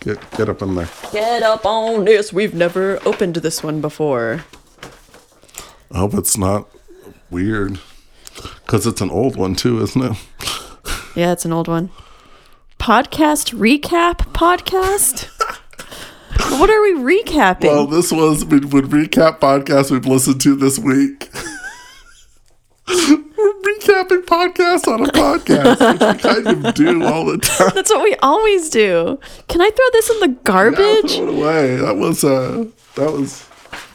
Get get up in there. Get up on this. We've never opened this one before. I hope it's not weird, because it's an old one too, isn't it? Yeah, it's an old one. Podcast recap podcast? what are we recapping? Well, this was we would recap podcasts we've listened to this week. We're recapping podcasts on a podcast, which we kind of do all the time. That's what we always do. Can I throw this in the Yeah, garbage? throw it away. That was uh, that was.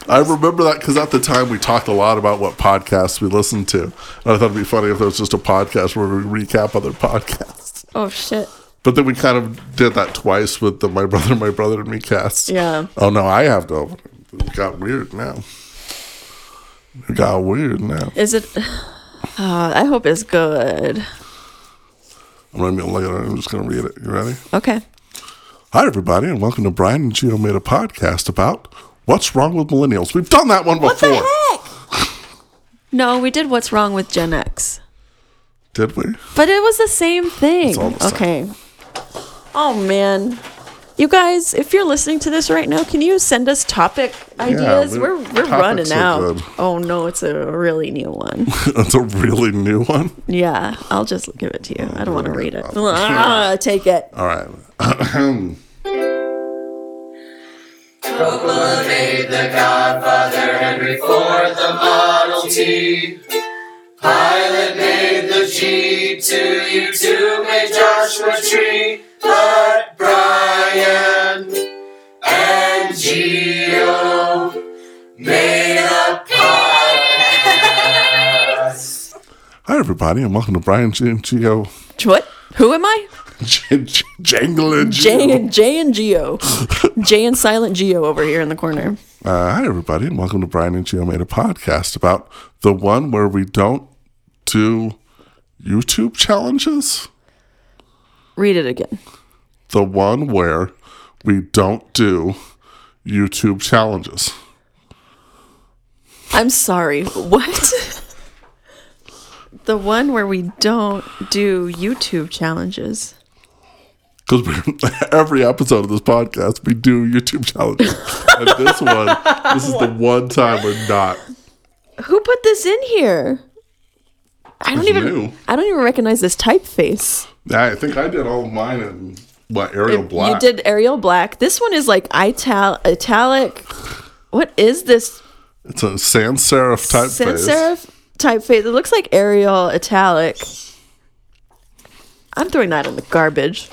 I remember that because at the time we talked a lot about what podcasts we listened to, and I thought it'd be funny if there was just a podcast where we recap other podcasts. Oh shit. But then we kind of did that twice with the My Brother, My Brother and Me cast. Yeah. Oh no, I have to open it. It got weird now. It got weird now. Is it uh, I hope it's good. I'm not even gonna look at it. I'm just gonna read it. You ready? Okay. Hi everybody, and welcome to Brian and Gio made a podcast about what's wrong with millennials. We've done that one What before, the heck? No, we did what's wrong with Gen X. did we? But it was the same thing. all the same. okay. Oh man. You guys, if you're listening to this right now, can you send us topic ideas? we're- we're we're topics running are out. good. Oh no, it's a really new one. That's a really new one. yeah, I'll just give it to you. I don't want to read it. I'll- Ah, take it. All right. Hi, everybody, and welcome to Brian G- Geo What? Who am I? J- J- Jangle and J Geo. and J and Geo. J and Silent Geo over here in the corner. Uh, hi, everybody, and welcome to Brian and Geo made a podcast about the one where we don't do YouTube challenges, Read it again. the one where we don't do YouTube challenges. I'm sorry. What? the one where we don't do YouTube challenges. Because every episode of this podcast, we do YouTube challenges. and this one, this is the one time we're not. Who put this in here? I don't It's even. new. I don't even recognize this typeface. I think I did all of mine in what Arial Black. You did Arial Black. This one is like ital italic. What is this It's a sans serif typeface. sans serif typeface? It looks like Arial italic. I'm throwing that in the garbage.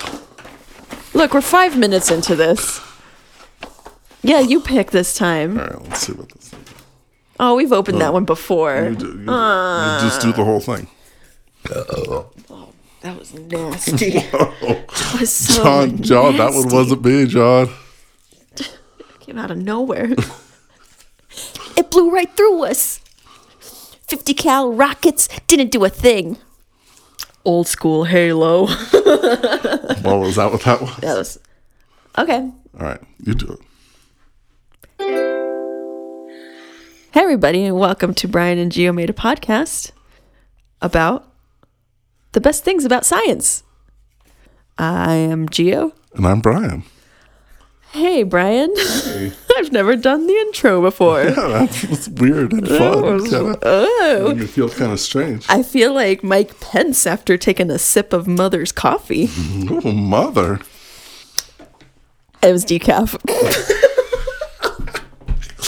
Look, we're five minutes into this. Yeah, you pick this time. All right, let's see what this. Is. Oh, we've opened that one before. You, do, you, do- you just Uh. do the whole thing. that was nasty. that was so John, John, that one nasty. wasn't me, John. came out of nowhere. it blew right through us. 50 cal rockets didn't do a thing. Old school Halo. that Well, was that what that was? was Okay. All right, you do it. Hey everybody and welcome to Brian and Geo made a podcast about the best things about science. I am Geo. And I'm Brian. Hey Brian. I've never done the intro before. uh, Yeah, that's, that's weird and fun. kinda. You feel kind of strange. I feel like Mike Pence after taking a sip of mother's coffee. Oh, mother. It was decaf.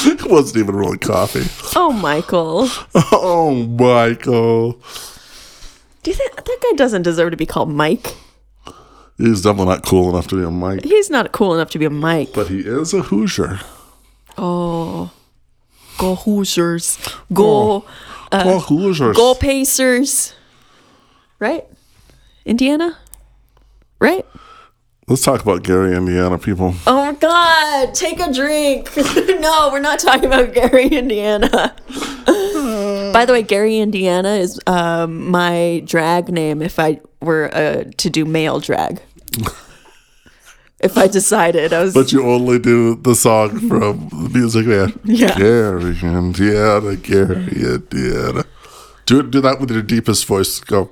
It wasn't even really coffee. Oh, Michael. Oh, Michael. Do you think that guy doesn't deserve to be called Mike? He's definitely not cool enough to be a Mike, He's not cool enough to be a Mike. but he is a Hoosier. Oh. Go Hoosiers. Go oh, Hoosiers. Go Pacers. Right? Indiana? Right? Let's talk about Gary, Indiana people. Oh my god, take a drink. no, we're not talking about Gary, Indiana. Hmm. By the way, Gary, Indiana is um, my drag name if I were uh, to do male drag. if I decided, I was But you only do the song from the music man. Yeah. Gary, Indiana, Gary, Indiana. Do do that with your deepest voice. Go.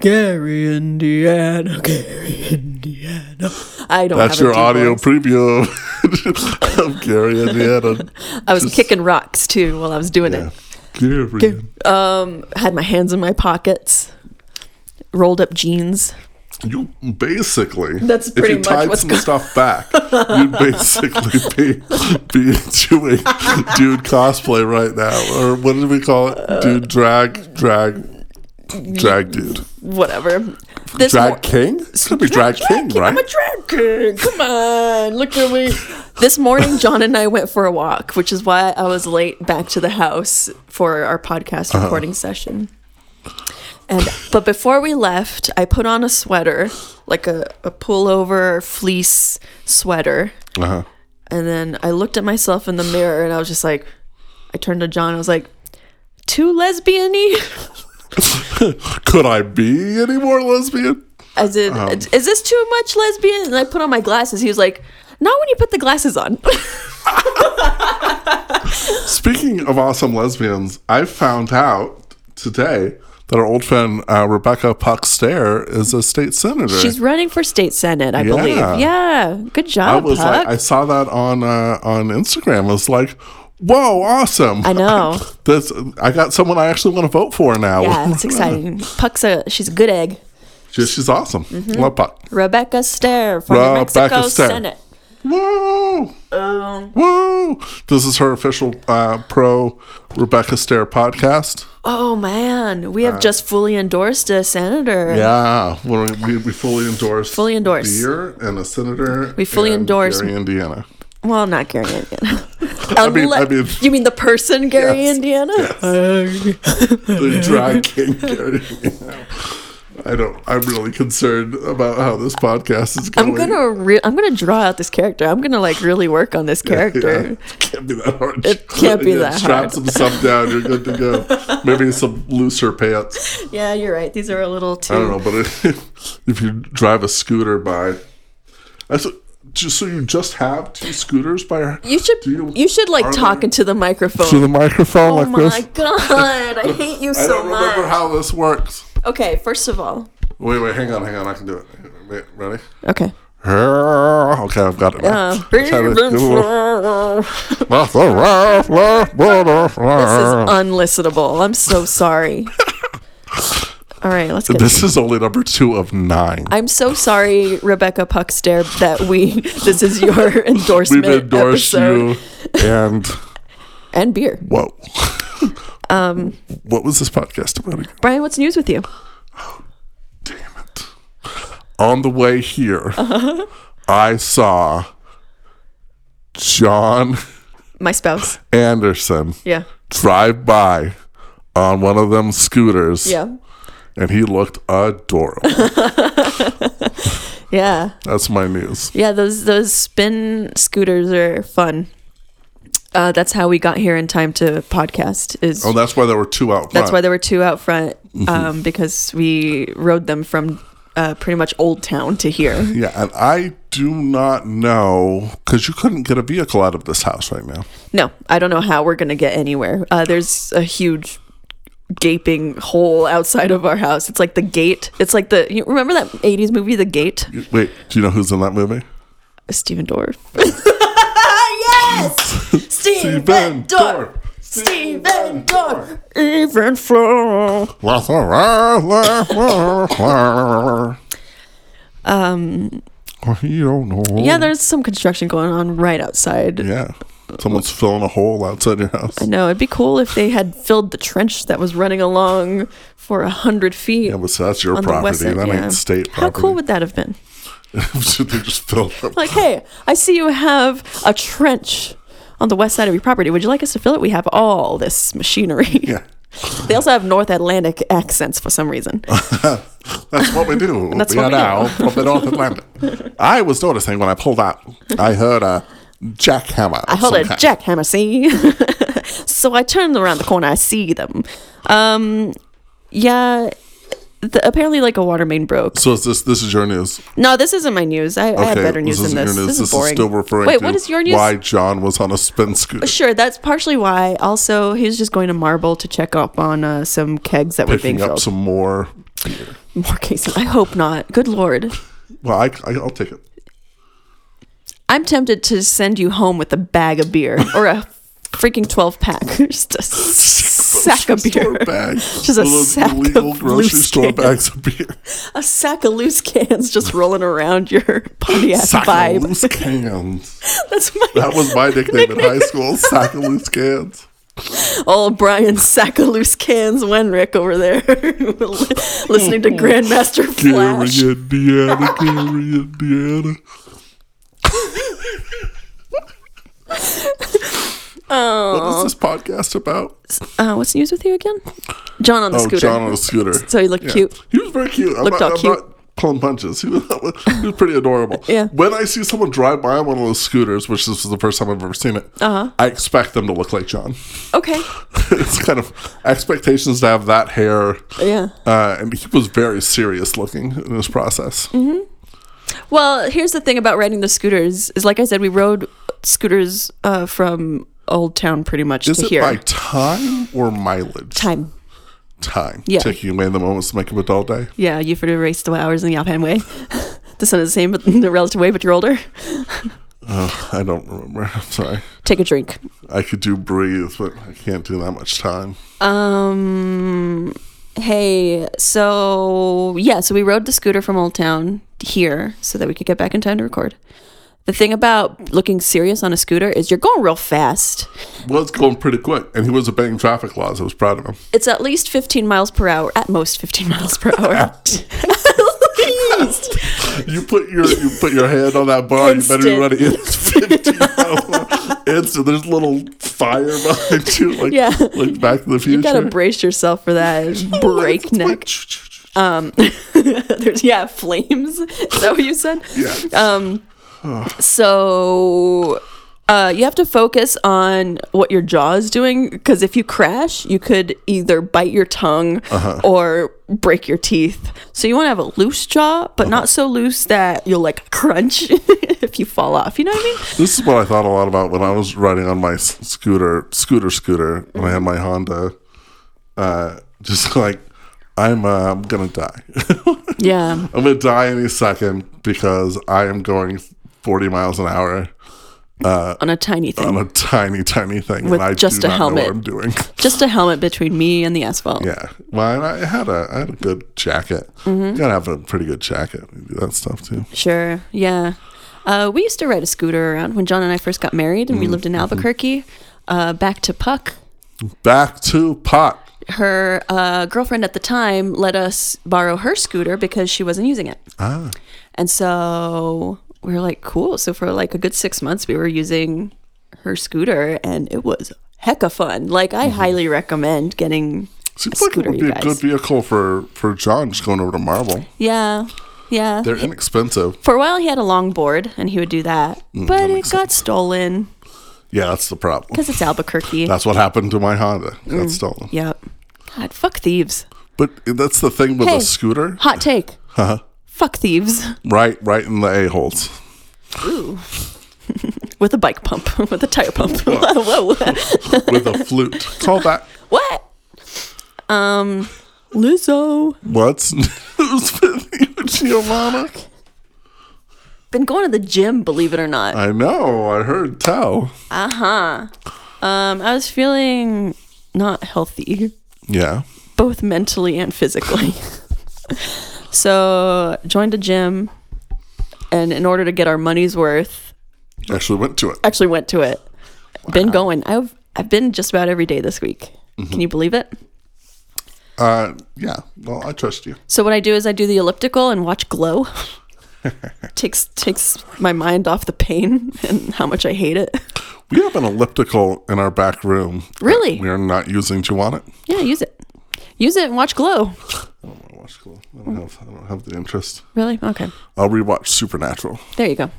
Gary, Indiana, Gary, Indiana. Indiana. I don't. That's have a your deep audio voice. preview of- of Gary, Indiana. I was kicking rocks too while I was doing Yeah. it. Gary. Um, had my hands in my pockets, rolled up jeans. You basically. That's If pretty you much tied what's some go- stuff back, you'd basically be, be into a dude cosplay right now. Or what did we call it? Dude drag, drag, drag dude. Whatever. This drag mor- king? It's going to be drag, king, right? I'm a drag king. Come on, look at me. This morning, John and I went for a walk, which is why I was late back to the house for our podcast recording session. And but before we left, I put on a sweater, like a, a pullover fleece sweater, uh-huh. and then I looked at myself in the mirror, and I was just like, I turned to John, I was like, too lesbian-y? Uh-huh. Could I be any more lesbian? As in, is this too much lesbian? And I put on my glasses. He was like, not when you put the glasses on. Speaking of awesome lesbians, I found out today that our old friend uh, Rebecca Puckstair is a state senator. She's running for state senate, I believe. Yeah. Yeah, good I job, was Puck. like, I saw that on uh, on Instagram. I was like, whoa, awesome! I know. That's I got someone I actually want to vote for now. yeah, it's exciting. Puck's a she's a good egg. She- she's awesome. Mm-hmm. Love Puck. Rebecca Stair from the Rebecca Mexico Stair. Senate. Oh, Whoa. Whoa! This is her official uh, pro Rebecca Stair podcast. Oh man, we have just fully endorsed a senator. Uh, Yeah, when we, we, we fully endorse Fully endorse. beer and a senator. We fully endorse- Gary, Indiana. Well, not Gary, Indiana. mean- I Unle- mean- you mean the person Gary, Indiana? The drag king Gary. Indiana. I don't. I'm really concerned about how this podcast is going. I'm gonna re- I'm gonna draw out this character. I'm gonna like really work on this character. Yeah, can't be that hard. It can't be Yeah, that Strap hard. some stuff down. You're good to go. Maybe some looser pants. Yeah. you're right. These are a little too. I don't know, but if, if you drive a scooter by, I so, just so you just have two scooters by your. You should Do you, you- should like are talk they- into the microphone. the microphone oh my god, I hate you I so don't remember much. how this works. okay, first of all. Wait, wait, hang on, hang on. I can do it. Wait, ready? Okay. Okay, I've got it. now. Uh, Let's have it. this is unlistenable. I'm so sorry. All right, let's get This is only number two of nine. I'm so sorry, Rebecca Puckstair, that we this is your We've endorsement endorsed episode. you, and and beer. whoa. um, what was this podcast about? again? Brian, what's news with you? Damn it! On the way here, Uh-huh. I saw John My spouse. Anderson Yeah. drive by on one of them scooters, Yeah. and he looked adorable. Yeah. That's my news. Yeah, those those spin scooters are fun. Uh, that's how we got here in time to podcast. Is Oh, that's why there were two out. that's why front. there were two out front um, because we rode them from uh, pretty much Old Town to here. Yeah, and I do not know because you couldn't get a vehicle out of this house right now. No, I don't know how we're gonna get anywhere. Uh, there's a huge gaping hole outside of our house. It's like the gate. It's like the you remember that '80s movie, The Gate? You- Wait, do you know who's in that movie? Steven Dorff. yes, Steven Dorff. Steven Dorff. Even floor. Um. you don't know. Yeah, there's some construction going on right outside. Yeah. Someone's filling a hole outside your house. I know it'd be cool if they had filled the trench that was running along for a hundred feet Yeah, but so that's your on the property. west side. That yeah. ain't state How property. cool would that have been? they just filled up. Like, hey, I see you have a trench on the west side of your property. Would you like us to fill it? We have all this machinery. Yeah. They also have North Atlantic accents for some reason. That's what we do. That's we what we are do. now from the North Atlantic. I was noticing when I pulled out, I heard a jackhammer. I hold a jackhammer, see? so I turn around the corner, I see them. Um, yeah, the, apparently, like a water main broke. So is this this is your news? No, this isn't my news. I, I have better news than isn't this. your This is This, is boring. still referring Wait, to what is your news? why John was on a spin scooter Sure, that's partially why. Also, he was just going to Marble to check up on uh, some kegs that were being picking up filled. some more. More cases. I hope not. Good lord. Well, I, I, I'll take it. I'm tempted to send you home with a bag of beer or a freaking 12 pack. Just a sack of Store beer. bag. Just a One of those sack illegal of grocery loose store cans. bags of beer. A sack of loose cans just rolling around your Pontiac Sack vibe. of loose cans. That's my That was my nickname in high school. Sack of loose cans. old Brian sack of loose cans Wenrick over there listening to Grandmaster Gary, Flash. Indiana. Gary, Indiana. What is this podcast about? Uh, what's the news with you again? John on the Oh, scooter. John on a scooter. so he looked Yeah. cute. He was very cute. I'm Looked not, all I'm cute. not pulling punches. He was, he was pretty adorable. Yeah. When I see someone drive by on one of those scooters, which this is the first time I've ever seen it, uh-huh. I expect them to look like John. Okay. it's kind of expectations to have that hair. Yeah. Uh, and he was very serious looking in this process. Well, here's the thing about riding the scooters is like I said, we rode scooters uh, from Old Town pretty much Is to it here. by time or mileage? Time. Time. Yeah. Taking away the moments to make him a dull day. Yeah, you for the race the hours in the Alpine way. the sun is the same, but in the relative way, but you're older. Oh, I don't remember. I'm sorry. Take a drink. I could do breathe, but I can't do that much time. Um. Hey, so yeah, so we rode the scooter from Old Town here so that we could get back in time to record. The thing about looking serious on a scooter is you're going real fast. Was going pretty quick, and he was obeying traffic laws. I was proud of him. It's at least 15 miles per hour, at most 15 miles per hour. at least. You put your you put your hand on that bar. You better be Instant. running. It's fifteen miles. It's there's a little fire behind you, like Yeah. like Back to the Future. You gotta brace yourself for that breakneck. Um, there's yeah, flames. Is that what you said? Yeah. Um, so uh, you have to focus on what your jaw is doing because if you crash, you could either bite your tongue or break your teeth. So you want to have a loose jaw, but not so loose that you'll like crunch if you fall off. You know what I mean? This is what I thought a lot about when I was riding on my s- scooter, scooter, scooter, when I had my Honda. Uh, just like I'm, uh, I'm gonna die. Yeah. I'm gonna die any second because I am going 40 miles an hour On a tiny thing. on a tiny, tiny thing, With and I just do a not know helmet. what I'm doing. Just a helmet between me and the asphalt. Yeah. Well, and I had a I had a good jacket. Mm-hmm. You gotta have a pretty good jacket. You do that stuff too. Sure. Yeah. Uh, we used to ride a scooter around when John and I first got married, and we lived in Albuquerque. Uh, back to Puck, Back to pot. her uh, girlfriend at the time let us borrow her scooter because she wasn't using it, Ah, and so we were like, "Cool!" So for like a good six months, we were using her scooter, and it was hecka fun. Like I highly recommend getting seems a like it scooter, Mm-hmm. would be you a good guys. vehicle for for John just going over to Marvel. Yeah, yeah. They're inexpensive. for a while, he had a longboard, and he would do that, Mm, but it got stolen Yeah, that's the problem. because it's Albuquerque. That's what happened to my Honda. Mm. That's stolen. Yep. God, fuck thieves. But that's the thing with Hey. a scooter, Hot take. Huh? Fuck thieves. right? Right in the a holes. Ooh. With a bike pump, with a tire pump. Whoa. with a flute. Call back. what? Um, Lizzo. What's news with you, Giovanna? Been going to the gym, believe it or not. I know. I heard tell. Uh huh. Um, I was feeling not healthy, Yeah. both mentally and physically. so, joined a gym, and in order to get our money's worth, Actually went to it. actually went to it. Been going. I've I've been just about every day this week. Can you believe it? Uh, yeah. Well, I trust you. So what I do is I do the elliptical and watch Glow. takes takes my mind off the pain and how much I hate it. We have an elliptical in our back room. that Really? We are not using. Do you want it? Yeah, use it. Use it and watch Glow. I don't want to watch Glow. I don't have. I don't have the interest. Really? Okay. I'll rewatch Supernatural. There you go.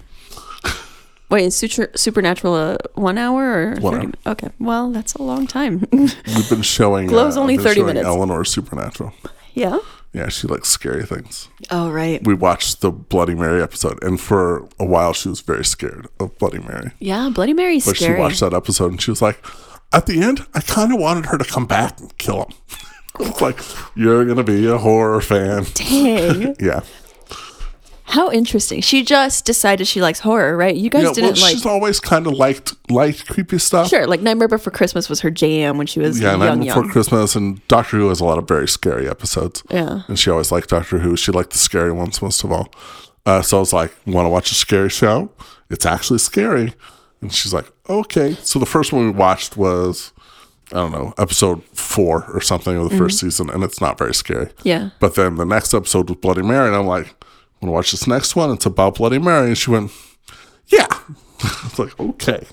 Wait, is Suture, Supernatural a one hour or One 30? hour. Okay. Well, that's a long time. We've been showing. uh, Glow's I've only been 30 showing minutes. Eleanor Supernatural. yeah. Yeah, she likes scary things. Oh right. We watched the Bloody Mary episode, and for a while she was very scared of Bloody Mary. Yeah, Bloody Mary's But scary. she watched that episode, and she was like, "At the end, I kind of wanted her to come back and kill him." it's like you're gonna be a horror fan. Dang. Yeah. How interesting. She just decided she likes horror, right? You guys Yeah, well, didn't like she's always kind of liked liked creepy stuff. Sure, like Nightmare Before Christmas was her jam when she was Yeah, and young, I'm before young. Christmas and Doctor Who has a lot of very scary episodes. Yeah. And she always liked Doctor Who. She liked the scary ones most of all. Uh, so I was like, wanna watch a scary show? It's actually scary. And she's like, Okay. So the first one we watched was I don't know, episode four or something of the first season, and it's not very scary. Mm-hmm. Yeah. But then the next episode was Bloody Mary, and I'm like, I'm gonna watch this next one. It's about Bloody Mary. And she went, Yeah. I was like, okay.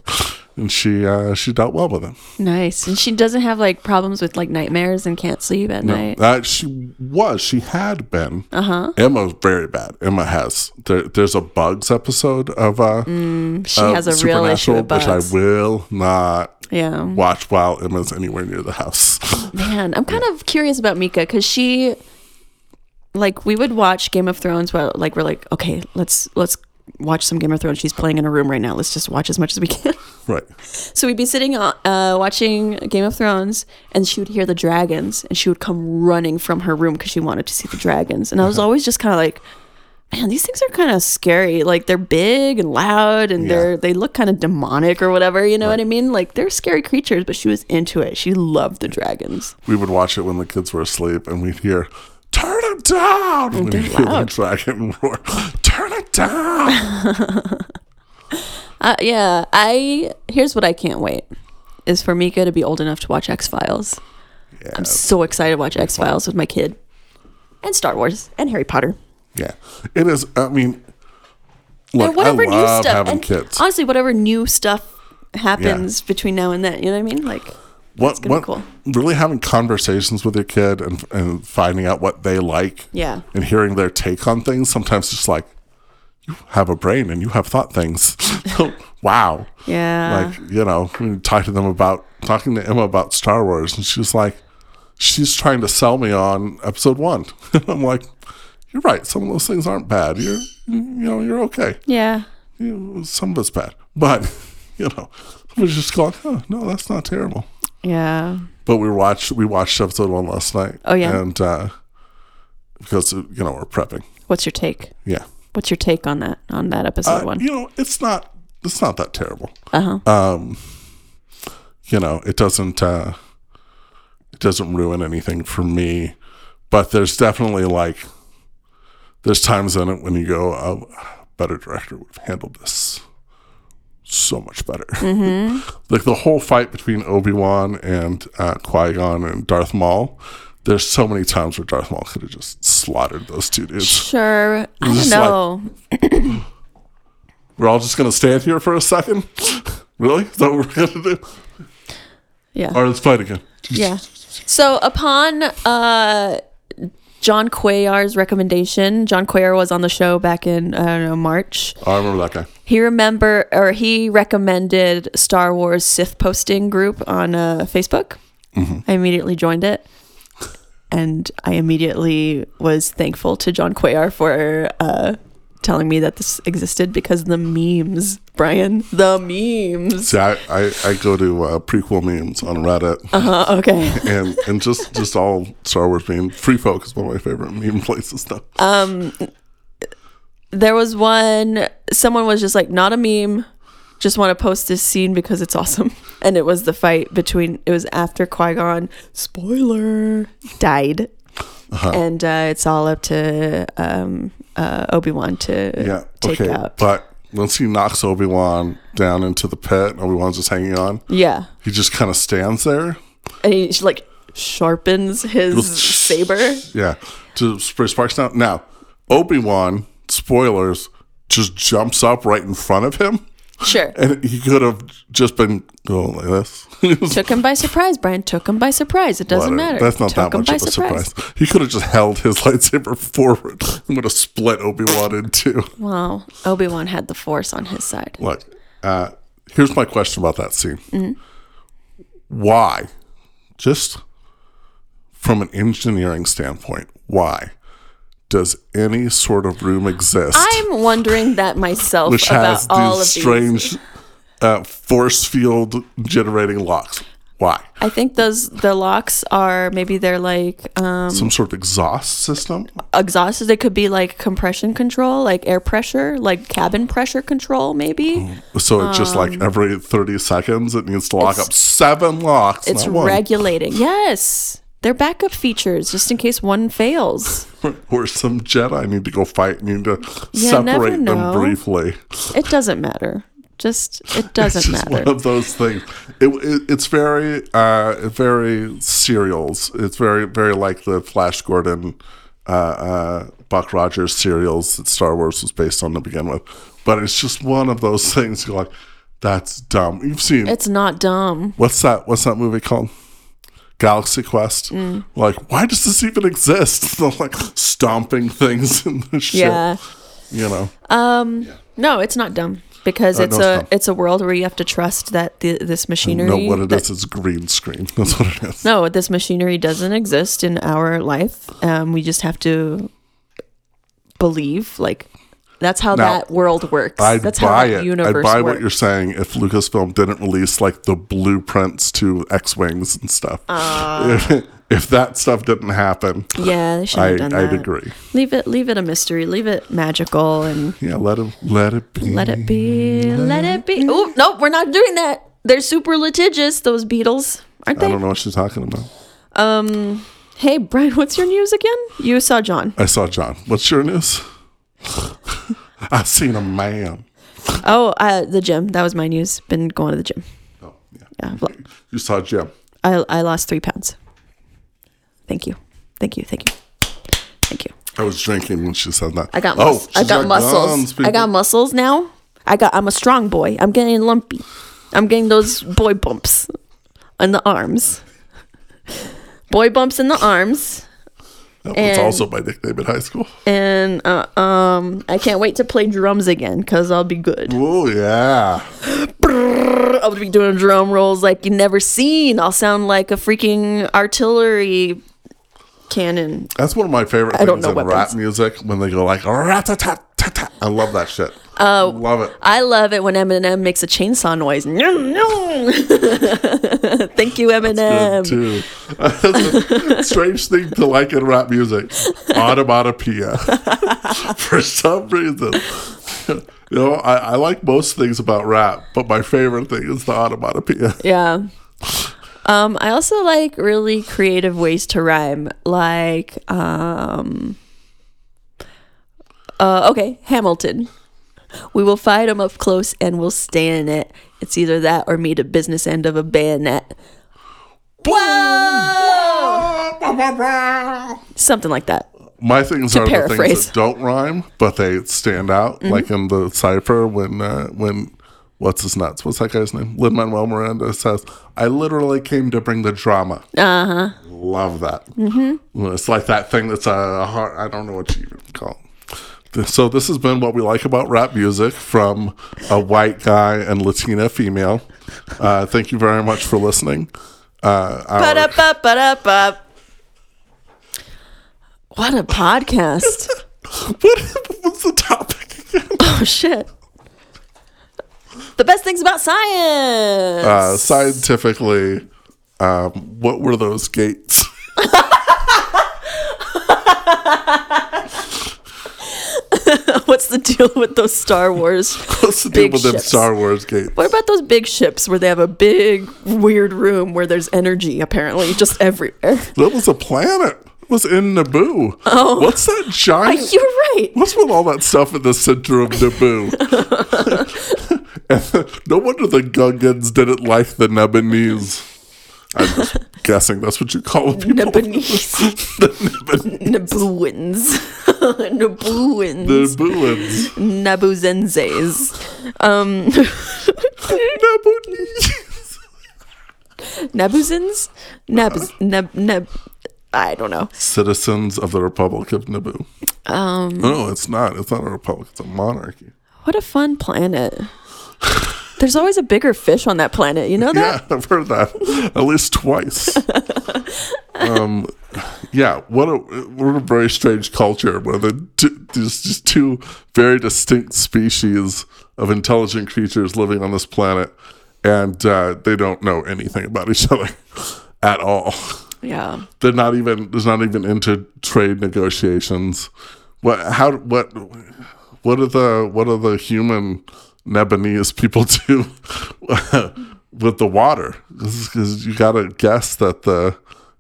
And she uh, she dealt well with it. Nice. And she doesn't have like problems with like nightmares and can't sleep at night. Uh, she was. She had been. Uh Uh-huh. huh. Emma's very bad. Emma has. There, there's a bugs episode of uh, She of Mm, has a real issue with which bugs. Mm. I will not yeah. watch while Emma's anywhere near the house. Man, I'm kind of curious about Mika because she, like, we would watch Game of Thrones. While, like, we're like, okay, let's let's watch some Game of Thrones. She's playing in her room right now. Let's just watch as much as we can. right. so we'd be sitting uh, uh, watching Game of Thrones, and she would hear the dragons, and she would come running from her room because she wanted to see the dragons. And I was always just kind of like. Man, these things are kind of scary. Like they're big and loud, and they're they look kind of demonic or whatever. You know what I mean? Like they're scary creatures, but she was into it. She loved the dragons. We would watch it when the kids were asleep, and we'd hear. Turn it down! When you hear the Mm, loud. dragon roar, turn it down! Uh, yeah, I here's what I can't wait is for Mika to be old enough to watch X Files. Oh. I'm so excited to watch X Files with my kid, and Star Wars and Harry Potter yeah, it is. I mean, look, and whatever I love new stuff. having And kids. honestly, whatever new stuff happens between now and then, you know what I mean? Like, what, gonna be what cool. really having conversations with your kid and and finding out what they like Yeah. and hearing their take on things sometimes just like you have a brain and you have thought things wow yeah, like you know we talk to them about talking to emma about star wars and she's like she's trying to sell me on episode one and i'm like you're right some of those things aren't bad you're you know you're okay yeah, you know, some of it's bad but you know i was just going huh, no that's not terrible yeah. but we watched we watched episode one last night. Oh, yeah. and uh, because you know we're prepping. What's your take? Yeah, What's your take on that on that episode Uh, one? you know it's not it's not that terrible. Uh huh. Um, you know it doesn't uh, it doesn't ruin anything for me, but there's definitely like there's times in it when you go, oh, a better director would have handled this so much better. like the whole fight between Obi Wan and uh, Qui Gon and Darth Maul. There's so many times where Darth Maul could have just slaughtered those two dudes. Sure. I This don't is like- know. We're all just gonna stand here for a second. really? Is that what we're gonna do? yeah. All right, let's fight again. yeah. So upon uh, John Cuellar's recommendation, John Cuellar was on the show back in I don't know March. Oh, I remember that guy. He remember or he recommended Star Wars Sith posting group on uh, Facebook. I immediately joined it. And I immediately was thankful to John Cuellar for uh, telling me that this existed because the memes, Brian, the memes. See, I, I, I go to uh, prequel memes on Reddit Uh, okay. and, and just, just all Star Wars memes. Free Folk is one of my favorite meme places, though. Uh, Um, There was one, someone was just like, not a meme, just want to post this scene because it's awesome. And it was the fight between, it was after Qui Gon, spoiler, died. Uh-huh. And uh, it's all up to um, uh, Obi Wan to yeah. take okay. out. But once he knocks Obi Wan down into the pit, and Obi Wan's just hanging on, yeah. he just kind of stands there. And he like sharpens his saber. Yeah. To spray sparks down. Now, Obi Wan, spoilers, just jumps up right in front of him. Sure. And he could have just been going like this. It was Took him by surprise, Brian. Took him by surprise. It doesn't Whatever. matter. uh, That's not Took that him much by of a surprise. He could have just held his lightsaber forward and would have split Obi Wan in two. Well, Obi Wan had the Force on his side. Look, uh, here's my question about that scene. Mm-hmm. Why? Just from an engineering standpoint, why does any sort of room exist I'm wondering that myself which about has all of these these. strange uh, force field generating locks? Why? I think those the locks are maybe they're like um, Some sort of exhaust system? exhausted. They could be like compression control, like air pressure, like cabin pressure control. Maybe Oh, So it's just like every 30 seconds it needs to lock Um, it's- up seven locks. it's not one. regulating. Yes, they're backup features just in case one fails. or some Jedi need to go fight and need to Yeah, never separate them know. briefly. It doesn't matter. Just it doesn't It's matter. one of those things. It, it, it's very, uh, very serials. It's very, very like the Flash Gordon, uh, uh, Buck Rogers serials that Star Wars was based on to begin with. But it's just one of those things. You're like, that's dumb. You've seen It's not dumb. what's that? What's that movie called? Galaxy Quest. Mm. Like, why does this even exist? They're like stomping things in the ship. Yeah. You know. No, it's not dumb because it's no, a it's dumb. it's a world where you have to trust that the, this machinery. No, what it that- is is green screen. That's what it is. No, this machinery doesn't exist in our life. Um, we just have to believe. Like that's how Now, that world works. I'd that's how buy that it. I'd universe buy what works. you're saying if Lucasfilm didn't release like the blueprints to X wings and stuff. if, if that stuff didn't happen, yeah, they should I, have done that. I'd agree. Leave it, leave it a mystery. Leave it magical and Yeah, let it let it be. let it be. Mm-hmm. Let it be. Oh nope, we're not doing that. They're super litigious. Those Beatles, aren't I they? Um, don't know what you're talking about. Hey Brian, what's your news again? You saw John. I saw John. What's your news? I've seen a man. Oh, uh, the gym. That was my news. Been going to the gym. Oh, yeah. Yeah, You saw Jim. I, I lost three pounds. Thank you. Thank you. Thank you. Thank you. I was drinking when she said that. I got mus- Oh, I she's got muscles. guns, I got people. muscles now. I got I'm a strong boy. I'm getting lumpy. I'm getting those boy bumps in the arms. Boy bumps in the arms. That was and- also my nickname in high school. And uh, um I can't wait to play drums again cuz I'll be good. Oh yeah. I'll be doing drum rolls like you never seen. I'll sound like a freaking artillery cannon. That's one of my favorite I don't things know in rap weapons. music when they go like rat-a-tat-tat-tat. I love that shit. Uh, Oh, love it. I love it when Eminem makes a chainsaw noise. Thank you, Good Eminem. too. Strange thing to like in rap music. Automatopoeia. For some reason. You know, I, I like most things about rap, but my favorite thing is the automatopoeia. Yeah. Um, I also like really creative ways to rhyme, like um, uh, okay, Hamilton. We will fight 'em up close and we'll stay in it. It's either that or meet a business end of a bayonet. Whoa! Something like that. My things are the things paraphrase. that don't rhyme, but they stand out. Like in the cipher when uh, when what's his nuts? What's that guy's name? Lin Manuel Miranda says, "I literally came to bring the drama." Uh huh. Love that. Mm-hmm. It's like that thing that's uh, a heart. I don't know what you even call. it. So this has been what we like about rap music from a white guy and Latina female. Uh, thank you very much for listening. Uh, our- Ba-da-ba, ba-da-ba. What a podcast. what was the topic? again? Oh shit. The best things about science. uh, scientifically, um, what were those gates? What's the deal with those Star Wars? What's the deal Big with them ships. Star Wars gates? what about those big ships where they have a big weird room where there's energy apparently just uh, everywhere? That was a planet. It was in Naboo. Oh, what's that giant? You're right. What's with all that stuff in the center of Naboo? And no wonder the Gungans didn't like the Nebanese. I'm just guessing that's what you call people. Nebanese. the Neban- Nabooans. the Nabooans. Nabuans. Nabuzenzes. Um, Nabonese. Nabuzins? Nabuz. Nab. Nab. I don't know. Citizens of the Republic of Naboo. Um, No, it's not. It's not a republic. It's a monarchy. What a fun planet. There's always a bigger fish on that planet. You know that? Yeah, I've heard that at least twice. um, yeah, what a what a very strange culture where the two, there's just two very distinct species of intelligent creatures living on this planet, and uh, they don't know anything about each other at all. Yeah. They're not even there's not even into trade negotiations. What how what what are the what are the human Lebanese people do with the water? Because you got to guess that the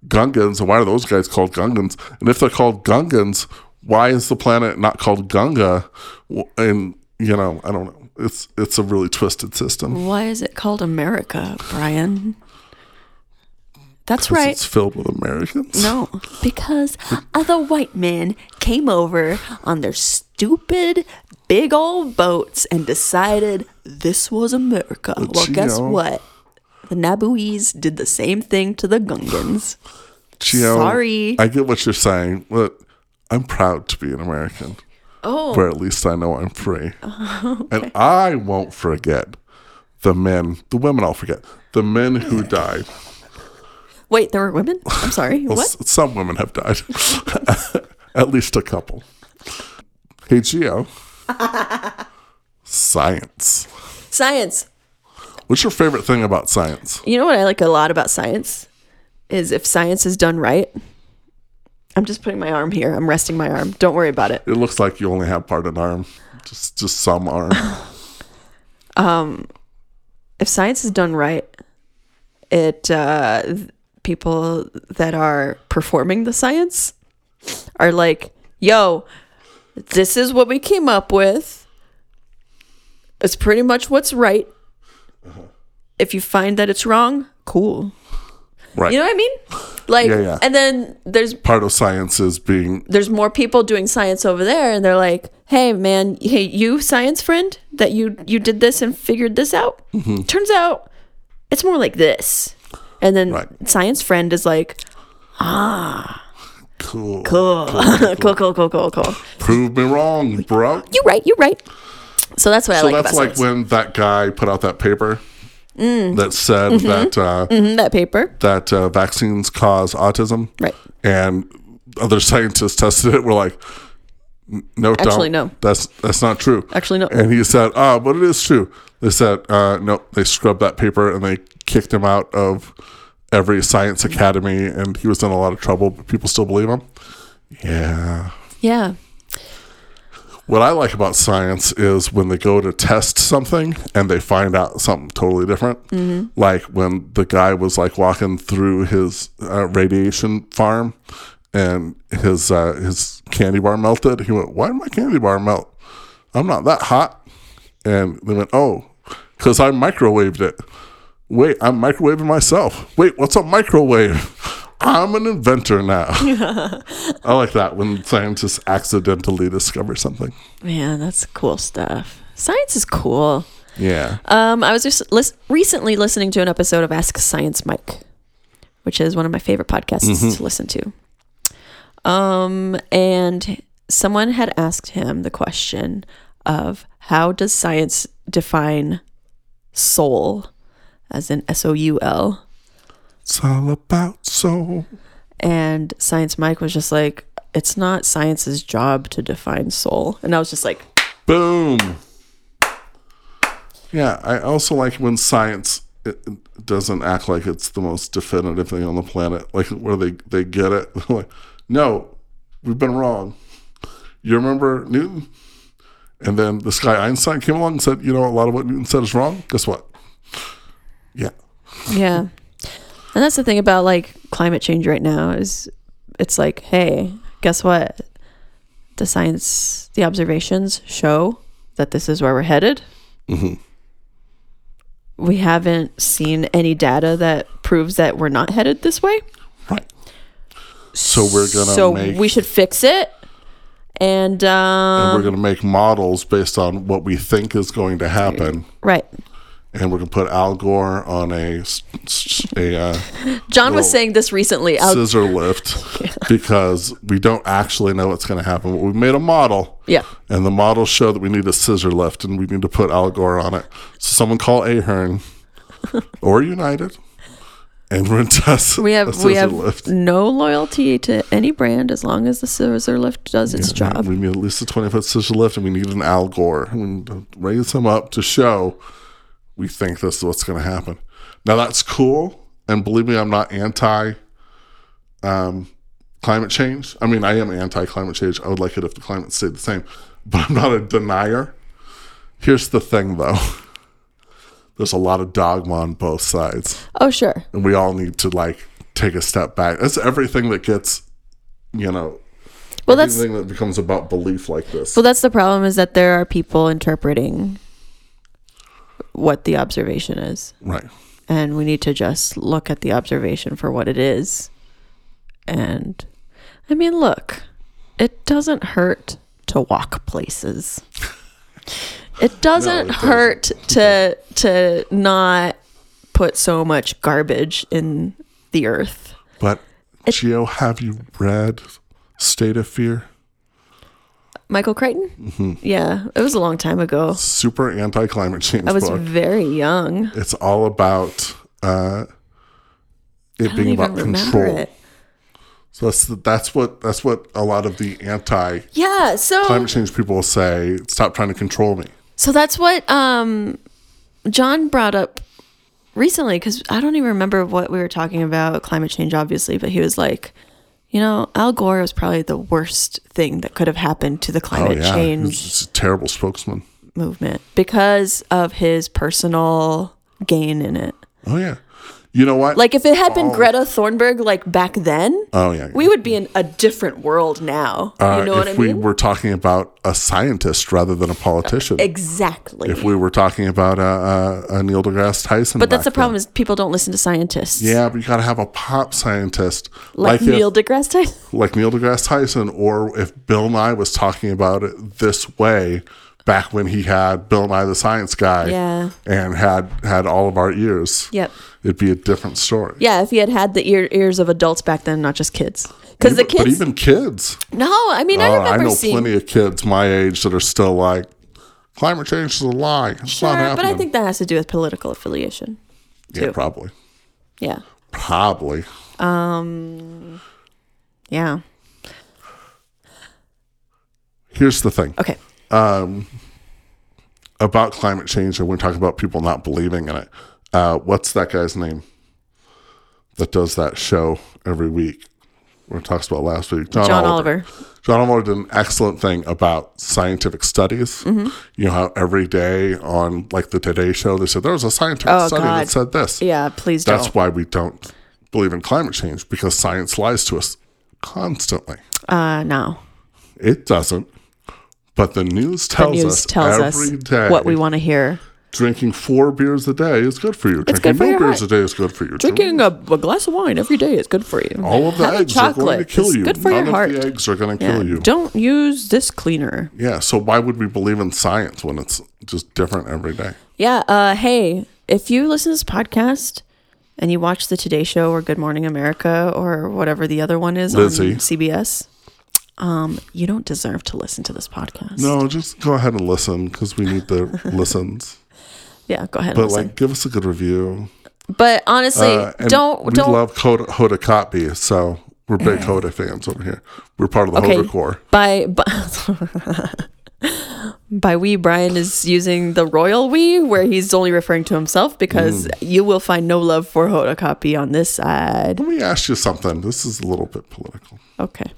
Gungans. Why are those guys called Gungans? And if they're called Gungans, why is the planet not called Gunga? W- And you know, I don't know. It's it's a really twisted system. Why is it called America, Brian? That's 'Cause right. It's filled with Americans. No, because other white men came over on their stupid big old boats and decided this was America. well, guess Geo. what? The Nabooese did the same thing to the Gungans. Gio, Sorry. I get what you're saying. Look, I'm proud to be an American, Oh, where at least I know I'm free. And I won't forget the men, the women I'll forget, the men who died. wait, there were women? I'm sorry. Well, What? s- some women have died, at least a couple. Hey, Gio. science. Science. What's your favorite thing about science? You know what I like a lot about science is if science is done right. I'm just putting my arm here. I'm resting my arm. Don't worry about it. It looks like you only have part of an arm, just just some arm. if science is done right, it uh, th- people that are performing the science are like, "Yo, this is what we came up with. It's pretty much what's right. Uh-huh. If you find that it's wrong, cool. Right. You know what I mean? Like, Yeah, yeah. and then there's part of science is being there's more people doing science over there, and they're like, "Hey, man, hey, you science friend, that you you did this and figured this out. Mm-hmm. Turns out, it's more like this." And then Right. science friend is like, cool. "Cool, cool, cool, cool, cool, cool. Prove me wrong, bro. You right, you right." So that's Mm. what I So like that's about like science. when that guy put out that paper that said that uh, Mhm, that paper, that uh, vaccines cause autism, right? and other scientists tested it. Were like, "N- no, Actually, don't. no. that's that's not true. Actually, no. And he said, ah, but it is true. They said, uh, no, they scrubbed that paper and they kicked him out of every science academy, and he was in a lot of trouble. But people still believe him. Yeah. Yeah, What I like about science is when they go to test something and they find out something totally different. Like when the guy was like walking through his uh, radiation farm and his uh, his candy bar melted. He went, "Why did my candy bar melt? I'm not that hot." And they went, "Oh, because I microwaved it." Wait, I'm microwaving myself. Wait, what's a microwave? I'm an inventor now. I like that when scientists accidentally discover something. man, that's cool stuff. Science is cool. Yeah. Um, I was just lis- recently listening to an episode of Ask Science Mike, which is one of my favorite podcasts to listen to. Um, and someone had asked him the question of how does science define soul, as in S O U L, It's all about soul. and Science Mike was just like, "It's not science's job to define soul," and I was just like, Boom. Yeah, I also like when science it, it doesn't act like it's the most definitive thing on the planet, like where they, they get it. like, no, we've been wrong. You remember Newton? And then this guy Einstein came along and said, you know, a lot of what Newton said is wrong. Guess what? Yeah. Yeah. And that's the thing about like climate change right now is it's like, hey, guess what? The science, the observations show that this is where we're headed. Mm-hmm. We haven't seen any data that proves that we're not headed this way. Right. So we're gonna so make we should fix it. And, um, we're gonna make models based on what we think is going to happen. right. and we're gonna put Al Gore on a s- s- a uh, John was Well, saying this recently. I'll- scissor lift because we don't actually know what's gonna happen. But we made a model, Yeah. and the models show that we need a scissor lift, and we need to put Al Gore on it. So someone call Ahern or United, and we're gonna test We a have scissor we have lift. no loyalty to any brand as long as the scissor lift does its job. We need at least a twenty foot scissor lift, and we need an Al Gore. We need to raise him up to show we think this is what's going to happen. Now that's cool, and believe me, I'm not anti um, climate change. I mean, I am anti climate change. I would like it if the climate stayed the same, but I'm not a denier. Here's the thing, though. There's a lot of dogma on both sides, Oh, sure. and we all need to like take a step back. That's everything that gets, you know, Well, that's everything that becomes about belief like this. well, that's the problem is that there are people interpreting what the observation is, Right. and we need to just look at the observation for what it is. And I mean, look, it doesn't hurt to walk places. It doesn't hurt to to not put so much garbage in the earth. But Geo, have you read State of Fear? Michael Crichton? Yeah, it was a long time ago. Super anti climate change I was book. very young. It's all about uh, it I don't being even about remember control. it. So that's that's what that's what a lot of the anti Yeah, so climate change people say. Stop trying to control me. so that's what um John brought up recently cuz I don't even remember what we were talking about climate change obviously, but he was like, you know, Al Gore was probably the worst thing that could have happened to the Oh climate yeah, change he's a terrible spokesman. movement because of his personal gain in it. Oh yeah, you know what? Like if it had been Greta Thornberg like back then, oh yeah, we would be in a different world now. Uh, you know what I if mean? we were talking about a scientist rather than a politician, exactly. if we were talking about a, a, a Neil deGrasse Tyson, but that's the problem is people don't listen to scientists. Yeah, but you got to have a pop scientist Like, if- Neil deGrasse Tyson. like Neil deGrasse Tyson, or if Bill Nye was talking about it this way back when he had Bill Nye the Science Guy, Yeah. and had had all of our ears. Yep. it'd be a different story. Yeah, if he had had the ear, ears of adults back then, not just kids. Because the But- kids. but even kids. no, I mean, I Oh, I, remember know seeing. plenty of kids my age that are still like, climate change is a lie. It's not Sure, happening. but I think that has to do with political affiliation. yeah, too. probably, Yeah. Um, probably. Yeah. Here's the thing. Okay. Um, about climate change and we're talking about people not believing in it. Uh, what's that guy's name that does that show every week? We talked about last week. John Oliver. John Oliver did an excellent thing about scientific studies. Mm-hmm. You know how every day on like the Today Show they said there was a scientific Oh, study God. that said this. Yeah, please That's don't. why we don't believe in climate change because science lies to us constantly. Uh, no. It doesn't. But the news tells News us tells us every day what we want to hear. drinking four beers a day is good for you. Drinking good for no your beers heart. a day is good for you. a, a glass of wine every day is good for you. all of the Having eggs are going to chocolate kill is you. good for None your of heart. the eggs are going to kill you. Don't use this cleaner. Yeah. So why would we believe in science when it's just different every day? Yeah. Uh, hey, if you listen to this podcast and you watch the Today Show or Good Morning America or whatever the other one is Lizzie. on CBS, um, you don't deserve to listen to this podcast. No, just go ahead and listen because we need the listens. Yeah, go ahead. But and listen. like, give us a good review. but honestly, Uh, and don't we don't. love Hoda, Hoda Kotb, so we're big Hoda fans over here. We're part of the Okay. Hoda core. by by, by we brian is using the royal we where he's only referring to himself because Mm. you will find no love for hoda copy on this side Let me ask you something. This is a little bit political. okay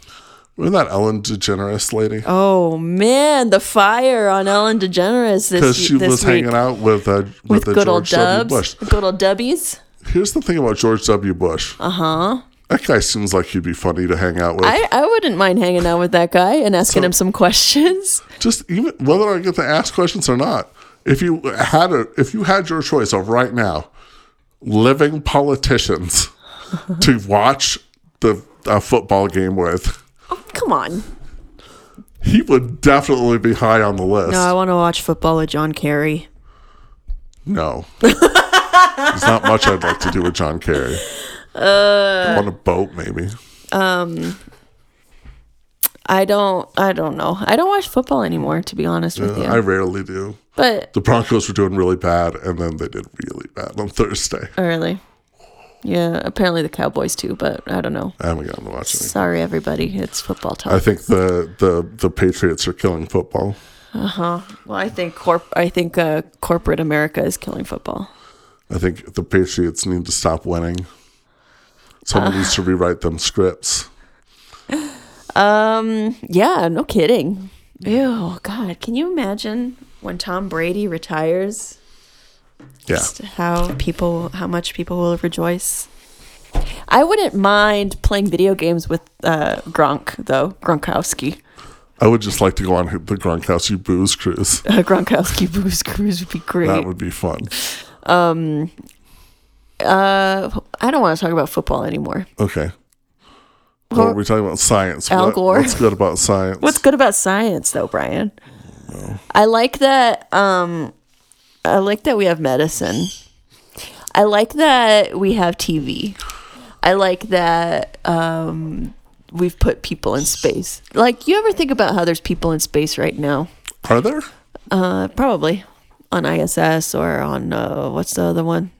Remember that Ellen DeGeneres lady? oh man the fire on ellen degeneres because this, she this was week hanging out with uh, with, with the good old George W. dubs Bush. good old dubbies Here's the thing about George W. Bush. Uh huh. That guy seems like he'd be funny to hang out with. Uh-huh. I, I wouldn't mind hanging out with that guy and asking him some questions Just even whether I get to ask questions or not. If you had a, if you had your choice of right now, living politicians to watch the a football game with, oh, come on he would definitely be high on the list. no i want to watch football with john kerry No. There's not much I'd like to do with John Kerry. Uh, on a boat, maybe. i don't i don't know i don't watch football anymore to be honest with you I rarely do. but the Broncos were doing really bad, and then they did really bad on Thursday. Oh, really? Yeah, apparently the Cowboys too, but I don't know. I haven't gotten to watch it. Sorry, everybody. It's football I talk. think the, the, the Patriots are killing football. Well, I think corp. I think uh, corporate America is killing football. I think the Patriots need to stop winning. Someone needs to rewrite them scripts. Um, Yeah, no kidding. Ew, God, can you imagine when Tom Brady retires? Yeah. Just how people, how much people will rejoice. I wouldn't mind playing video games with uh, Gronk though. Gronkowski, I would just like to go on the Gronkowski booze cruise. uh, Gronkowski booze cruise would be great. Um, That would be fun. uh, I don't want to talk about football anymore. Okay. What are we talking about? Science. Al What- Gore. What's good about science? What's good about science though, Brian? I like that um I like that we have medicine. I like that we have TV. I like that um we've put people in space. Like you ever think about how there's people in space right now? Are there? Uh probably on ISS or on uh what's the other one?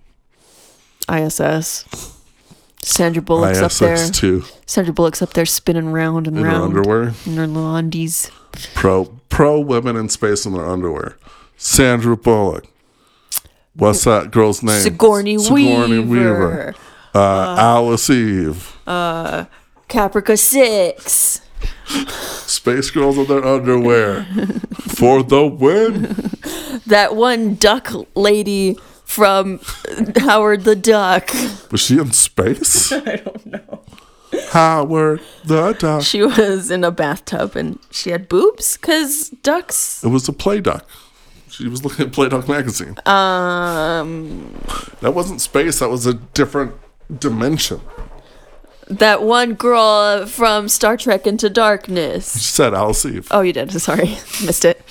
ISS. Sandra Bullock's up there. ISS two Sandra Bullock's up there spinning round and in their round underwear. in her little undies. Pro pro women in space in their underwear. Sandra Bullock. What's that girl's name? Sigourney, Sigourney Weaver. Weaver. Uh, Alice Eve. Caprica 6. Space girls in their underwear for the win. That one duck lady from Howard the Duck. Was she in space? I don't know. Howard the duck. She was in a bathtub and she had boobs because ducks. It was a play duck. She was looking at Play Duck magazine. Um, That wasn't space. That was a different dimension. that one girl from Star Trek Into Darkness. She said Alice Eve. Oh, you did. Sorry, missed it.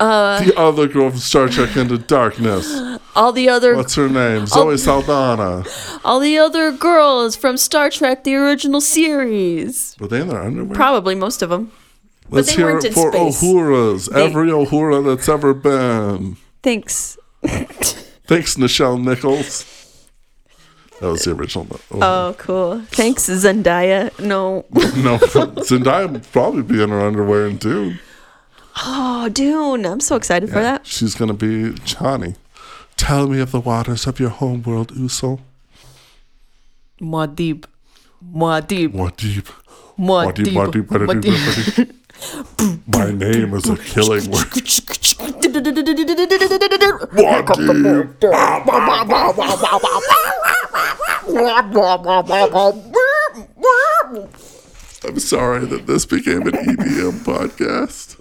the other girl from Star Trek Into Darkness. All the other, What's her name? Oh. Zoe Saldana. all the other girls from Star Trek: The Original Series. Were they in their underwear? Probably most of them. Let's they hear weren't it in for space. Ohuras. Every Ohura that's ever been. Thanks. Thanks, Nichelle Nichols. That was the original. Ohura. Oh, cool. Thanks, Zendaya. No. No, Zendaya would probably be in her underwear in Dune. Oh, Dune. I'm so excited for that. She's gonna be Johnny. Tell me of the waters of your homeworld, Usul. Muad'Dib. Muad'Dib. What deep? What deep? What deep? What deep? Muad'Dib. What deep? My name is a killing word. What deep? I'm sorry that this became an EDM podcast.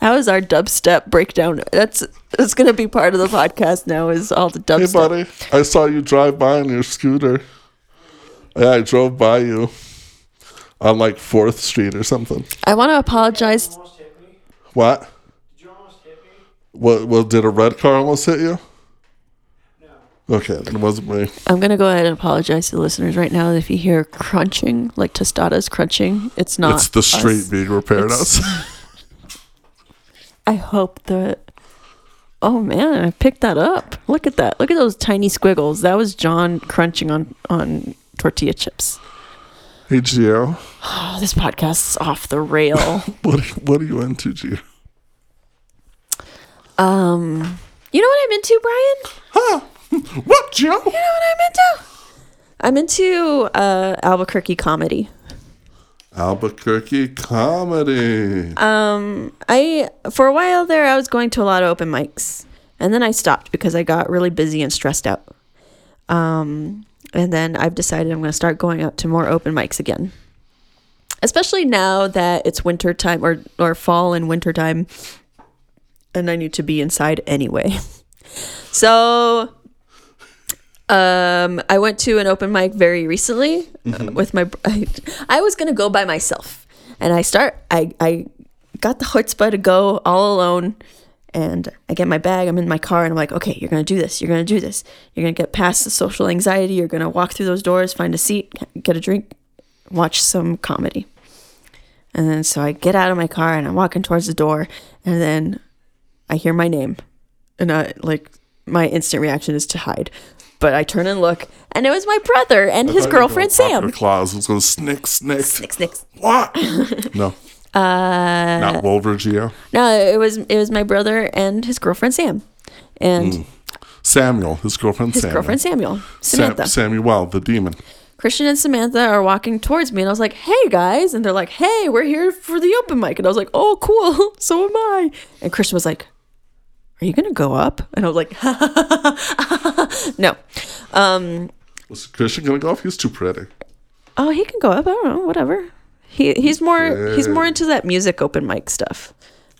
That was our dubstep breakdown. That's that's gonna be part of the podcast now. Is all the Hey, dubstep? buddy, I saw you drive by on your scooter. Yeah, I drove by you on like Fourth Street or something. I want to apologize. almost hit me? What? Did you almost hit me? What? Well, did a red car almost hit you? No. Okay, then it wasn't me. I'm gonna go ahead and apologize to the listeners right now. If you hear crunching, like tostadas crunching, it's not. It's the us. street being repaired Uh, It's- us. I hope that. Oh man, I picked that up. Look at that. Look at those tiny squiggles. That was John crunching on on tortilla chips. hey, Gio, Oh, this podcast's off the rail. what what are you into, Gio? um, you know what I'm into, Brian? Huh? What, Gio? You know what I'm into? I'm into uh, Albuquerque comedy. Albuquerque comedy. Um, I for a while there I was going to a lot of open mics, and then I stopped because I got really busy and stressed out. Um, and then I've decided I'm going to start going out to more open mics again, especially now that it's winter time or or fall and winter time, and I need to be inside anyway. so. Um, I went to an open mic very recently uh, with my. I, I was gonna go by myself, and I start. I I got the chutzpah to go all alone. And I get my bag, I'm in my car, and I'm like, okay, you're gonna do this, you're gonna do this. You're gonna get past the social anxiety, you're gonna walk through those doors, find a seat, get a drink, watch some comedy. And then so I get out of my car and I'm walking towards the door, and then I hear my name. And I like, my instant reaction is to hide. But I turn and look, and it was my brother and his girlfriend, Dr. Sam. Claus was going to snick, snick. Snick, snick. What? no. Uh, Not Wolvergeo. no, it was it was my brother and his girlfriend Sam, and Samuel, his girlfriend his Samuel. girlfriel Samuel Mm, Sam- Samantha. Samuel, the demon. Christian and Samantha are walking towards me, and I was like, "Hey guys!" And they're like, "Hey, we're here for the open mic." And I was like, "Oh, cool. So am I." And Christian was like, "Are you gonna go up?" And I was like, "No." Um, Was Christian going to go off? He's too pretty. oh, he can go up. I don't know. Whatever. He he's more he's more Okay. into that music open mic stuff.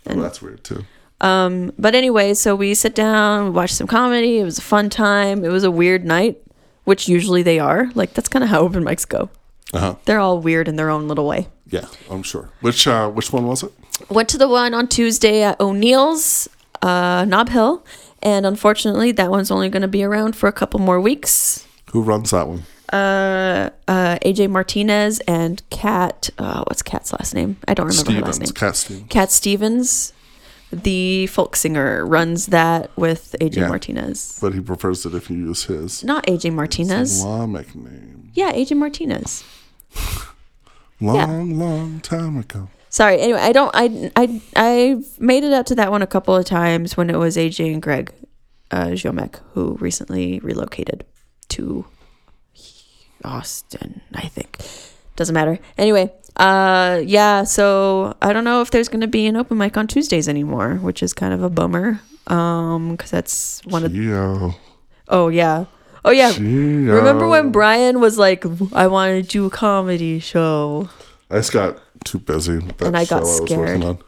Well, that's weird, too. Um, but anyway, so we sit down, we watch some comedy. It was a fun time. It was a weird night, which usually they are. Like that's kind of how open mics go. Uh huh. They're all weird in their own little way. Yeah, I'm sure. Which uh, which one was it? Went to the one on Tuesday at O'Neill's, uh, Knob Hill, and unfortunately, that one's only going to be around for a couple more weeks. Who runs that one? Uh, uh, AJ Martinez and Kat. Uh, what's Kat's last name? I don't remember her last Stevens, name. Cat Stevens. Cat Stevens, the folk singer, runs that with AJ Yeah. Martinez. But he prefers it if you use his Not AJ Martinez. Islamic name. Yeah, AJ Martinez. Long, long time ago. Sorry. Anyway, I don't. I I I made it up to that one a couple of times when it was AJ and Greg, uh, Jomek, who recently relocated to Austin. I think doesn't matter. Anyway, uh, yeah. So I don't know if there's gonna be an open mic on Tuesdays anymore, which is kind of a bummer. Um, because that's one of. Geo. Oh yeah. Oh yeah. Geo. Remember when Brian was like, I want to do a comedy show? I just got too busy. With that And I got show I was scared. working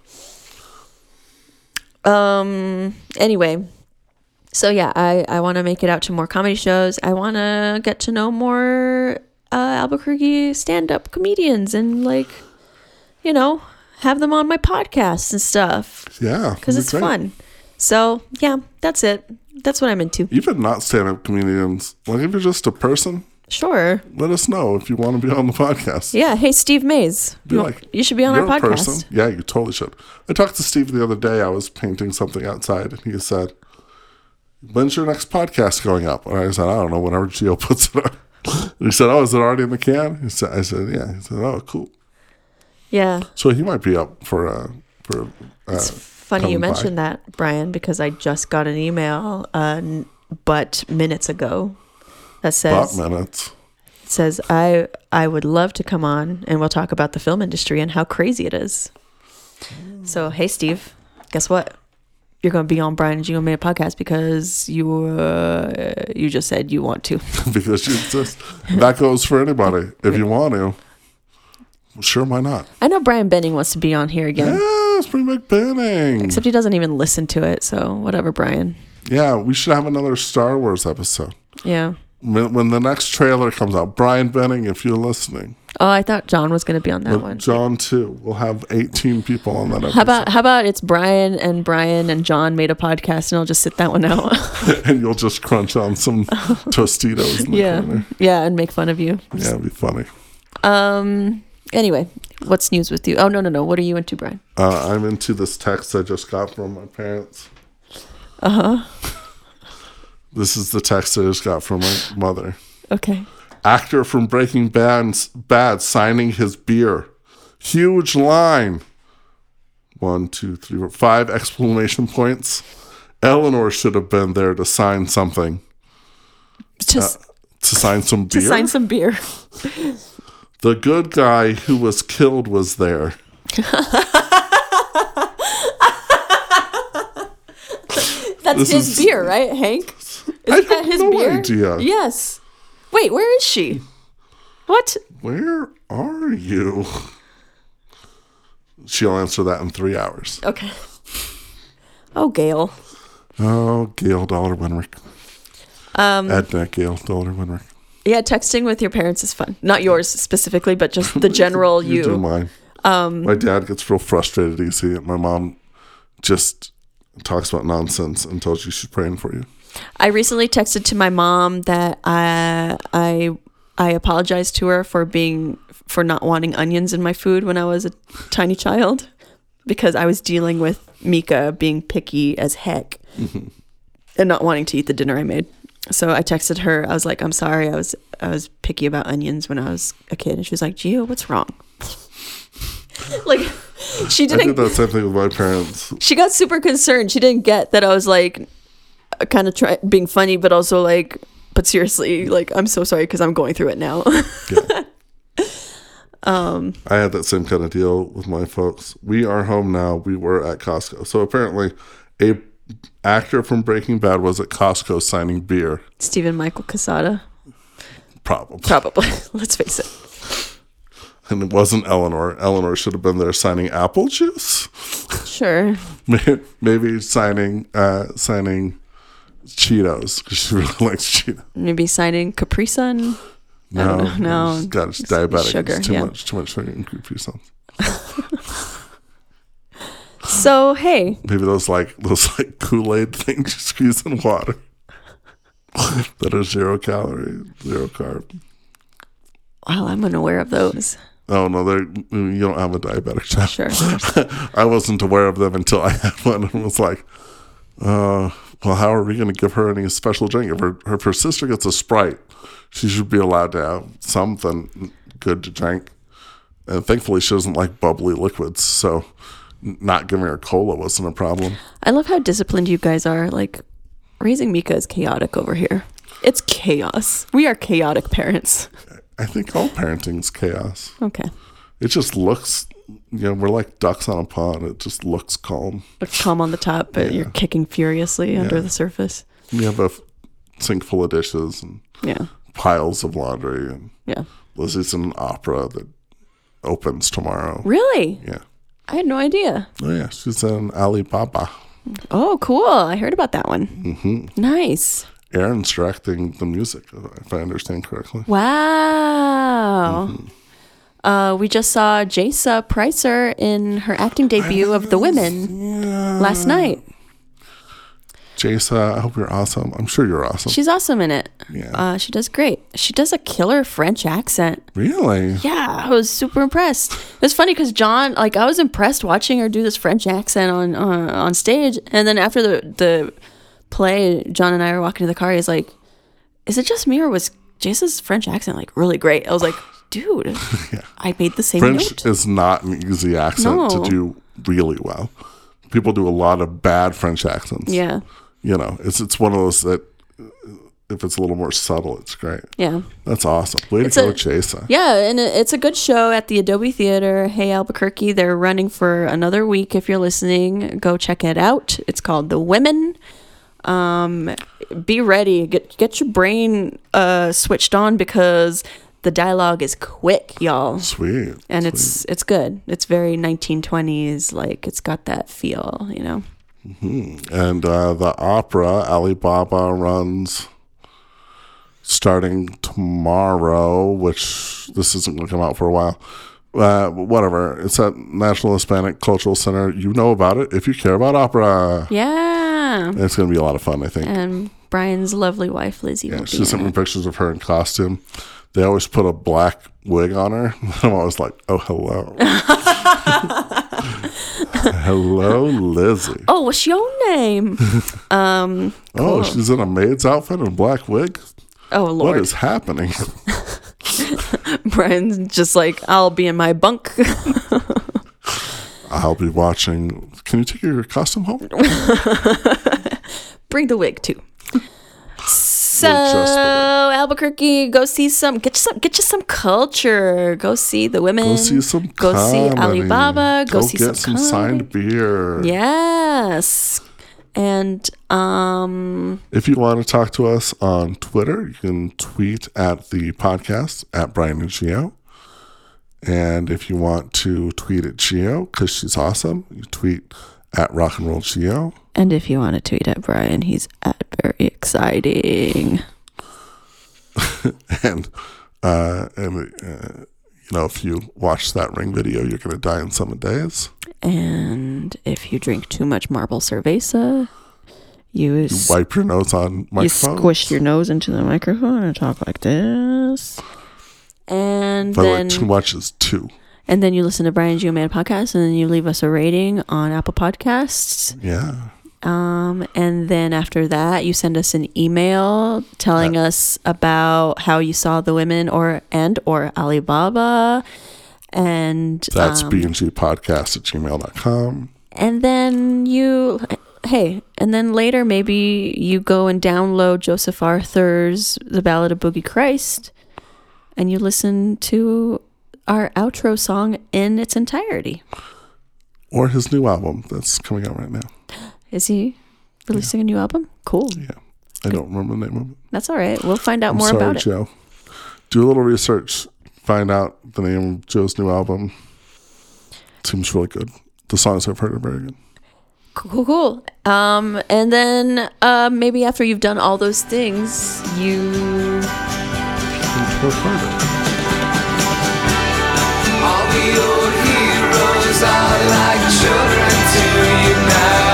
on. Um, anyway, so yeah, I, I want to make it out to more comedy shows. I want to get to know more uh, Albuquerque stand up comedians and, like, you know, have them on my podcast and stuff Yeah. because it'd be it's great. fun. So, yeah, that's it. That's what I'm into. Even not stand up comedians. Like if you're just a person, Sure. let us know if you want to be on the podcast. Yeah. Hey, Steve Mays. Be you, like, you should be on our You're a podcast. person. Yeah, you totally should. I talked to Steve the other day. I was painting something outside, and he said, "When's your next podcast going up?" And I said, "I don't know. Whenever Geo puts it up." he said, "Oh, is it already in the can?" He said, "I said, yeah." He said, "Oh, cool." Yeah. So he might be up for uh, for uh, It's funny you come by. mentioned that, Brian, because I just got an email, uh, n- but minutes ago, that about says minutes. says I I would love to come on and we'll talk about the film industry and how crazy it is. So hey, Steve, guess what? You're going to be on Brian and Gino Made a podcast because you uh, you just said you want to. because you exist. That goes for anybody. If you want to, sure, why not? I know Brian Benning wants to be on here again, Yeah, it's pretty big banning. except he doesn't even listen to it. So whatever, Brian. Yeah, we should have another Star Wars episode. Yeah. When when the next trailer comes out, Brian Benning, if you're listening, Oh, I thought John was going to be on that one. John too, we'll have 18 people on that episode. How about how about it's Brian and Brian and John made a podcast and I'll just sit that one out. and you'll just crunch on some Tostitos in the yeah. yeah. corner. Yeah, and make fun of you. Yeah, it'd be funny. Um anyway, what's news with you? Oh no no no. What are you into, Brian? Uh, I'm into this text I just got from my parents. Uh huh. Uh-huh. this is the text I just got from my mother. Okay. Actor from Breaking Bad's, Bad signing his beer. Huge line. One, two, three, four, five exclamation points. Eleanor should have been there to sign something. Just To sign some to Uh, beer. sign some beer. the good guy who was killed was there. That's This his is- beer, right, Hank? Is I that have his no beer? idea. Yes. Wait, where is she? What? Where are you? She'll answer that in three hours. Okay. Oh, Gail. Oh, Gail Dollar Winrick. Um, Edna Gail Dollar Winrick. yeah, texting with your parents is fun. Not yours specifically, but just the general you. Um, do mine. my dad gets real frustrated easy. and My mom just talks about nonsense and tells you she's praying for you. I recently texted to my mom that I I I apologized to her for being for not wanting onions in my food when I was a tiny child because I was dealing with Mika being picky as heck and not wanting to eat the dinner I made. So I texted her. I was like, "I'm sorry. I was I was picky about onions when I was a kid." And she was like, "Gio, what's wrong?" like She I did didn't. that same thing with my parents. She got super concerned. She didn't get that I was like, kind of try being funny, but also like, but seriously, like I'm so sorry because I'm going through it now. I had that same kind of deal with my folks. We are home now. We were at Costco. So apparently, a actor from Breaking Bad was at Costco signing beer. Stephen Michael Casada, Probably. probably. Let's face it. And it wasn't Eleanor. Eleanor should have been there signing apple juice. Sure. May- Maybe signing uh, signing Cheetos 'cause she really likes Cheetos. Maybe signing Capri Sun. No, don't know. No. she's got she's diabetic. sugar, It's too yeah. much, too much sugar and goopy something. So hey, Maybe those like those like Kool Aid things you squeeze in water that are zero calorie, zero carb. wow, I'm unaware of those. Oh no, they are you don't have a diabetic child. Sure. I wasn't aware of them until I had one and was like, uh, well, how are we going to give her any special drink? If her, if her sister gets a Sprite, she should be allowed to have something good to drink. And thankfully, she doesn't like bubbly liquids. So n- not giving her cola wasn't a problem. I love how disciplined you guys are. Like raising Mika is chaotic over here. It's chaos. We are chaotic parents. I think all parenting's chaos. Okay. It just looks, you know, we're like ducks on a pond. It just looks calm. But calm on the top, but you're kicking furiously under Yeah. the surface. We have a f- sink full of dishes and Yeah. piles of laundry and Yeah. Lizzie's in an opera that opens tomorrow. Really? Yeah. I had no idea. Oh, yeah. She's in Alibaba. Oh, cool. I heard about that one. Mm-hmm. Nice. Aaron's directing the music, if I understand correctly. Wow. Uh, we just saw Jasa Pricer in her acting debut of The Women Yeah. last night. Jasa, I hope you're awesome. I'm sure you're awesome. She's awesome in it. Yeah. Uh, she does great. She does a killer French accent. really? Yeah, I was super impressed. It was funny because John, like, I was impressed watching her do this French accent on uh, on stage, and then after the the play, John and I were walking to the car. He's like, "Is it just me or was Jace's French accent like really great?" I was like, "Dude, I made the same French note." is not an easy accent No. to do really well. People do a lot of bad French accents. yeah, You know, it's it's one of those that uh, if it's a little more subtle, it's great. yeah, That's awesome. Way It's to go, a- Jasa. yeah. And it- it's a good show at the Adobe Theater. Hey Albuquerque, they're running for another week. If you're listening, go check it out. It's called The Women. Um, be ready. Get get your brain uh, switched on because the dialogue is quick, y'all, Sweet. and it's it's good. It's very 1920s, like it's got that feel, you know. and uh, the opera Alibaba runs starting tomorrow, which this isn't going to come out for a while. Uh, whatever. It's at National Hispanic Cultural Center. You know about it if you care about opera. Yeah, It's going to be a lot of fun, I think. and Brian's lovely wife Lizzie will She be sent in me it. pictures of her in costume. They always put a black wig on her. I'm always like, oh, hello. hello, Lizzie. Oh, what's your name? um. Oh, she's in a maid's outfit and a black wig. Oh What Lord, is happening? Brian's just like I'll be in my bunk. I'll be watching. Can you take your costume home? Bring the wig too. So just the wig. Albuquerque, go see some. Get you some. Get you some culture. Go see the women. Go see some. Mm. Go see comedy. Alibaba. Go, see get some, some, signed comedy. beer. Yes. And um, If you want to talk to us on Twitter, you can tweet at the podcast at Brian and Gio. And if you want to tweet at Gio because she's awesome, you tweet at Rock and Roll Gio. and if you want to tweet at Brian, he's at very exciting. and uh, and uh, you know if you watch that ring video, you're gonna die in seven days. And if you drink too much marble cerveza, you s- Wipe your nose on you microphone. squish your nose into the microphone and talk like this. And By the way, then too much is two. and then you listen to Brian Geoman podcast, and then you leave us a rating on Apple Podcasts. Yeah. Um, and then after that, you send us an email telling us about how you saw the women or and or Alibaba, and That's um, bngpodcast at gmail.com. and then you hey and then later maybe you go and download joseph arthur's the ballad of boogie christ and you listen to our outro song in its entirety Or his new album that's coming out right now. is he releasing a new album cool Yeah. I don't remember the name of it. that's all right we'll find out I'm more sorry, about it Joe. Do a little research. Find out the name of Joe's new album. Seems really good. The songs I've heard are very good. cool cool cool. um and then uh maybe after you've done all those things you All the old heroes are like children to you now.